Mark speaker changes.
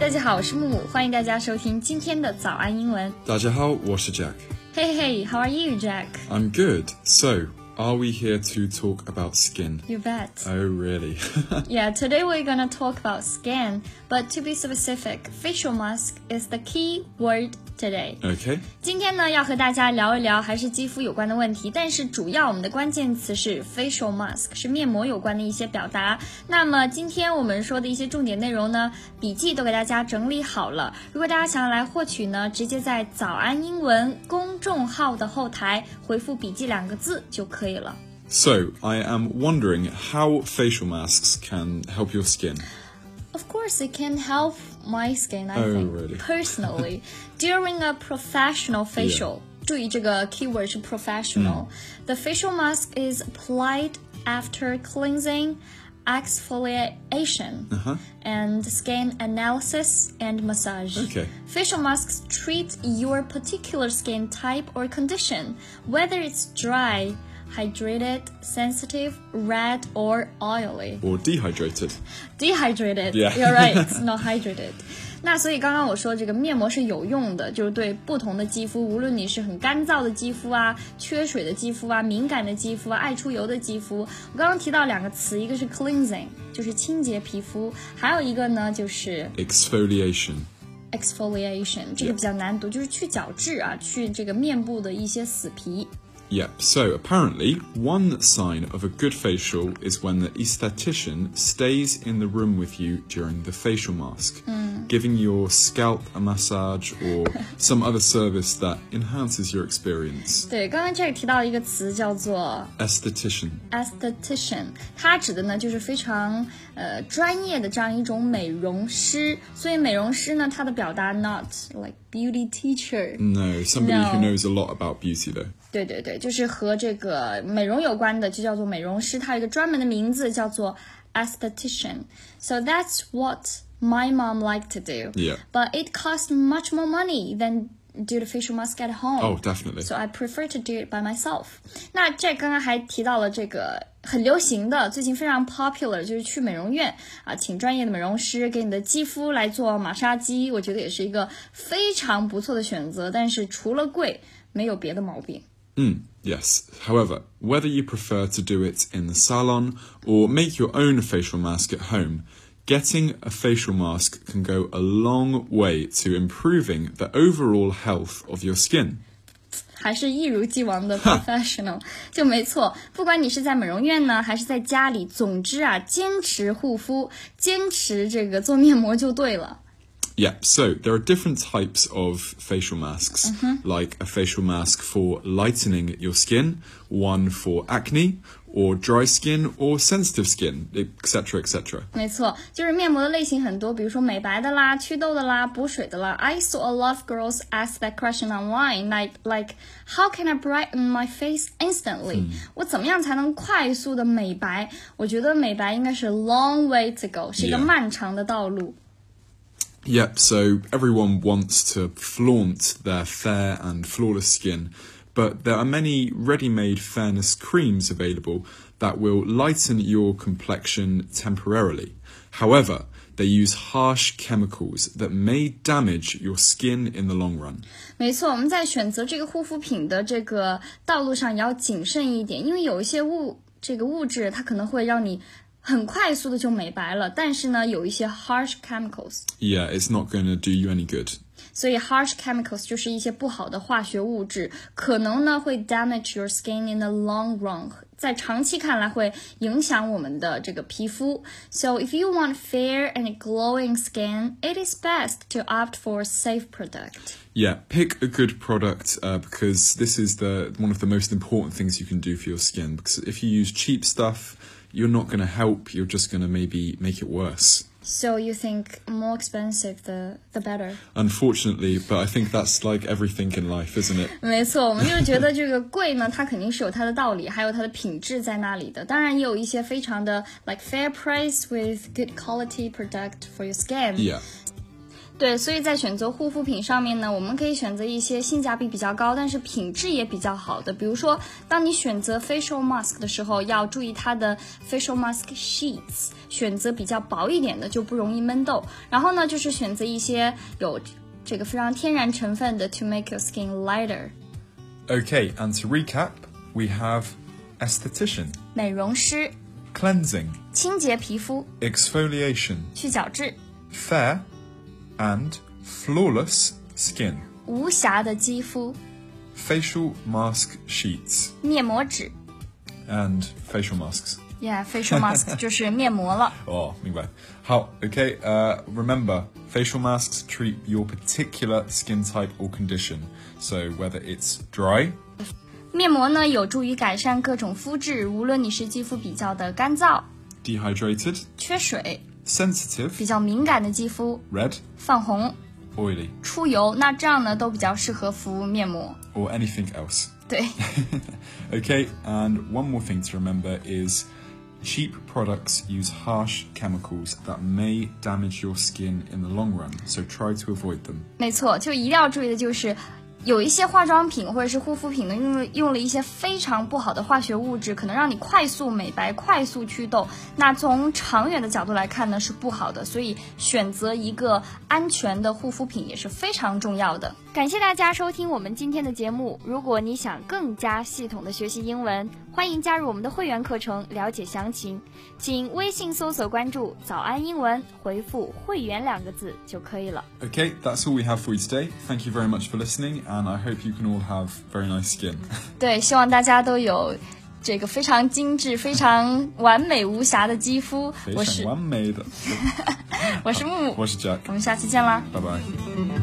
Speaker 1: 大家好，我是木木，欢迎大家收听今天的早安英文。
Speaker 2: 大家好，我是 Jack.
Speaker 1: Hey hey, how are you, Jack?
Speaker 2: I'm good. So, are we here to talk about skin?
Speaker 1: You bet.
Speaker 2: Oh, really?
Speaker 1: Yeah, today we're gonna talk about skin, but to be specific, facial mask is the key word today.
Speaker 2: okay.
Speaker 1: 今天呢，要和大家聊一聊还是肌肤有关的问题，但是主要我们的关键词是 facial mask，是面膜有关的一些表达。那么今天我们说的一些重点内容呢，笔记都给大家整理好了。如果大家想要来获取呢，直接在“早安英文”公众号的后台回复“笔记”两个字就可以了。
Speaker 2: So, I am wondering how facial masks can help your skin.
Speaker 1: Of course, it can help my skin. I
Speaker 2: Oh,
Speaker 1: think
Speaker 2: really?
Speaker 1: personally, during a professional facial. 注意这个 keyword 是 professional.
Speaker 2: Mm.
Speaker 1: The facial mask is applied after cleansing, exfoliation,
Speaker 2: Uh-huh.
Speaker 1: and skin analysis and massage.
Speaker 2: Okay.
Speaker 1: Facial masks treat your particular skin type or condition, whether it's dry, hydrated, sensitive, red, or oily.
Speaker 2: Or dehydrated.
Speaker 1: Dehydrated.
Speaker 2: Yeah.
Speaker 1: You're right. It's not hydrated. 那所以刚刚我说这个面膜是有用的，就是对不同的肌肤，无论你是很干燥的肌肤啊、缺水的肌肤啊、敏感的肌肤啊、爱出油的肌肤。我刚刚提到两个词，一个是 cleansing，就是清洁皮肤，还有一个呢就是
Speaker 2: Exfoliation.
Speaker 1: exfoliation，这个
Speaker 2: Yeah.
Speaker 1: 比较难读，就是去角质啊，去这个面部的一些死皮。
Speaker 2: Yep, so apparently, one sign of a good facial is when the esthetician stays in the room with you during the facial mask, giving your scalp a massage or some other service that enhances your experience.
Speaker 1: 对，刚刚这里提到一个词叫做
Speaker 2: Esthetician.
Speaker 1: esthetician，它指的呢就是非常呃专业的这样一种美容师。所以美容师呢，它的表达 not like beauty teacher，、
Speaker 2: No, somebody who
Speaker 1: No.
Speaker 2: knows a lot about beauty, though.
Speaker 1: 对对对，就是和这个美容有关的，就叫做美容师，它有一个专门的名字叫做 esthetician。So that's what my mom liked to do.
Speaker 2: Yeah.
Speaker 1: But it costs much more money than do the facial mask at home.
Speaker 2: Oh, definitely.
Speaker 1: So I prefer to do it by myself. 那这刚刚还提到了这个很流行的，最近非常 popular，就是去美容院啊，请专业的美容师给你的肌肤来做马杀鸡，我觉得也是一个非常不错的选择。但是除了贵，没有别的毛病。
Speaker 2: Mm, yes. However, whether you prefer to do it in the salon or make your own facial mask at home, getting a facial mask can go a long way to improving the overall health of your skin.
Speaker 1: 还是一如既往的 professional，就没错。不管你是在美容院呢，还是在家里，总之啊，坚持护肤，坚持这个做面膜就对了。
Speaker 2: Yeah, so there are different types of facial masks,
Speaker 1: Mm-hmm.
Speaker 2: like a facial mask for lightening your skin, one for acne or dry skin or sensitive skin, etc., etc.
Speaker 1: 没错，就是面膜的类型很多，比如说美白的啦、祛痘的啦、补水的啦。I saw a lot of girls ask that question online, like like how can I brighten my face instantly？、我怎么样才能快速的美白？我觉得美白应该是 long way to go，是一个
Speaker 2: Yeah.
Speaker 1: 漫长的道路。
Speaker 2: Yep, so everyone wants to flaunt their fair and flawless skin, but there are many ready made fairness creams available that will lighten your complexion temporarily. However, they use harsh chemicals that may damage your skin in the long run.
Speaker 1: 没错，我们在选择这个护肤品的这个道路上也要谨慎一点，因为有一些物这个物质它可能会让你很快速的就美白了，但是呢，有一些 harsh chemicals，
Speaker 2: Yeah, it's not going to do you any good.
Speaker 1: 所以 harsh chemicals 就是一些不好的化学物质，可能呢会 damage your skin in the long run，在长期看来会影响我们的这个皮肤。So if you want fair and glowing skin, it is best to opt for safe product.
Speaker 2: Yeah, pick a good product uh, because this is the one of the most important things you can do for your skin. Because if you use cheap stuff, you're not going to help. You're just going to maybe make it worse.
Speaker 1: So you think more expensive the the better？
Speaker 2: Unfortunately, but I think that's like everything in life, isn't it?
Speaker 1: 没错，我们就是觉得这个贵呢，它肯定是有它的道理，还有它的品质在那里的。当然也有一些非常的 like fair price with good quality product for your skin。
Speaker 2: Yeah.
Speaker 1: 对，所以在选择护肤品上面呢，我们可以选择一些性价比比较高，但是品质也比较好的。比如说，当你选择 facial mask 的时候，要注意它的 facial mask sheets，选择比较薄一点的，就不容易闷痘。然后呢，就是选择一些有这个非常天然成分的，to make your skin lighter。
Speaker 2: Okay, and to recap, we have esthetician,
Speaker 1: 美容师
Speaker 2: cleansing,
Speaker 1: 清洁皮肤、
Speaker 2: exfoliation,
Speaker 1: 去角质、
Speaker 2: fair, and flawless skin,
Speaker 1: 无瑕的肌肤、
Speaker 2: facial mask sheets,
Speaker 1: 面膜纸
Speaker 2: and facial masks.
Speaker 1: ，yeah，facial mask 就是面膜了。
Speaker 2: Oh, 明白。好, okay, uh, remember, facial masks treat your particular skin type or condition. So whether it's dry,
Speaker 1: 面膜呢，有助于改善各种肤质，无论你是肌肤比较的干燥、
Speaker 2: dehydrated,
Speaker 1: 缺水、比
Speaker 2: sensitive,
Speaker 1: 较敏感的肌肤、
Speaker 2: red,
Speaker 1: 泛红、
Speaker 2: oily,
Speaker 1: 出油，那这样呢都比较适合敷面膜。
Speaker 2: or anything else.
Speaker 1: 对，
Speaker 2: Okay, and one more thing to remember is cheap products use harsh chemicals that may damage your skin in the long run, so try to avoid them.
Speaker 1: 没错，就一定要注意的就是。有一些化妆品或者是护肤品呢，用了用了一些非常不好的化学物质，可能让你快速美白、快速祛痘。那从长远的角度来看呢，是不好的。所以选择一个安全的护肤品也是非常重要的。
Speaker 3: 感谢大家收听我们今天的节目。如果你想更加系统的学习英文，欢迎加入我们的会员课程，了解详情。请微信搜索关注“早安英文”，回复“会员”两个字就可以了。
Speaker 2: Okay, that's all we have for you today. Thank you very much for listening, and I hope you can all have very nice skin.
Speaker 1: 对，希望大家都有这个非常精致、非常完美无瑕的肌肤。我是
Speaker 2: One made.
Speaker 1: 我是木木，
Speaker 2: What's Jack?
Speaker 1: 我们下期见啦。
Speaker 2: Bye bye.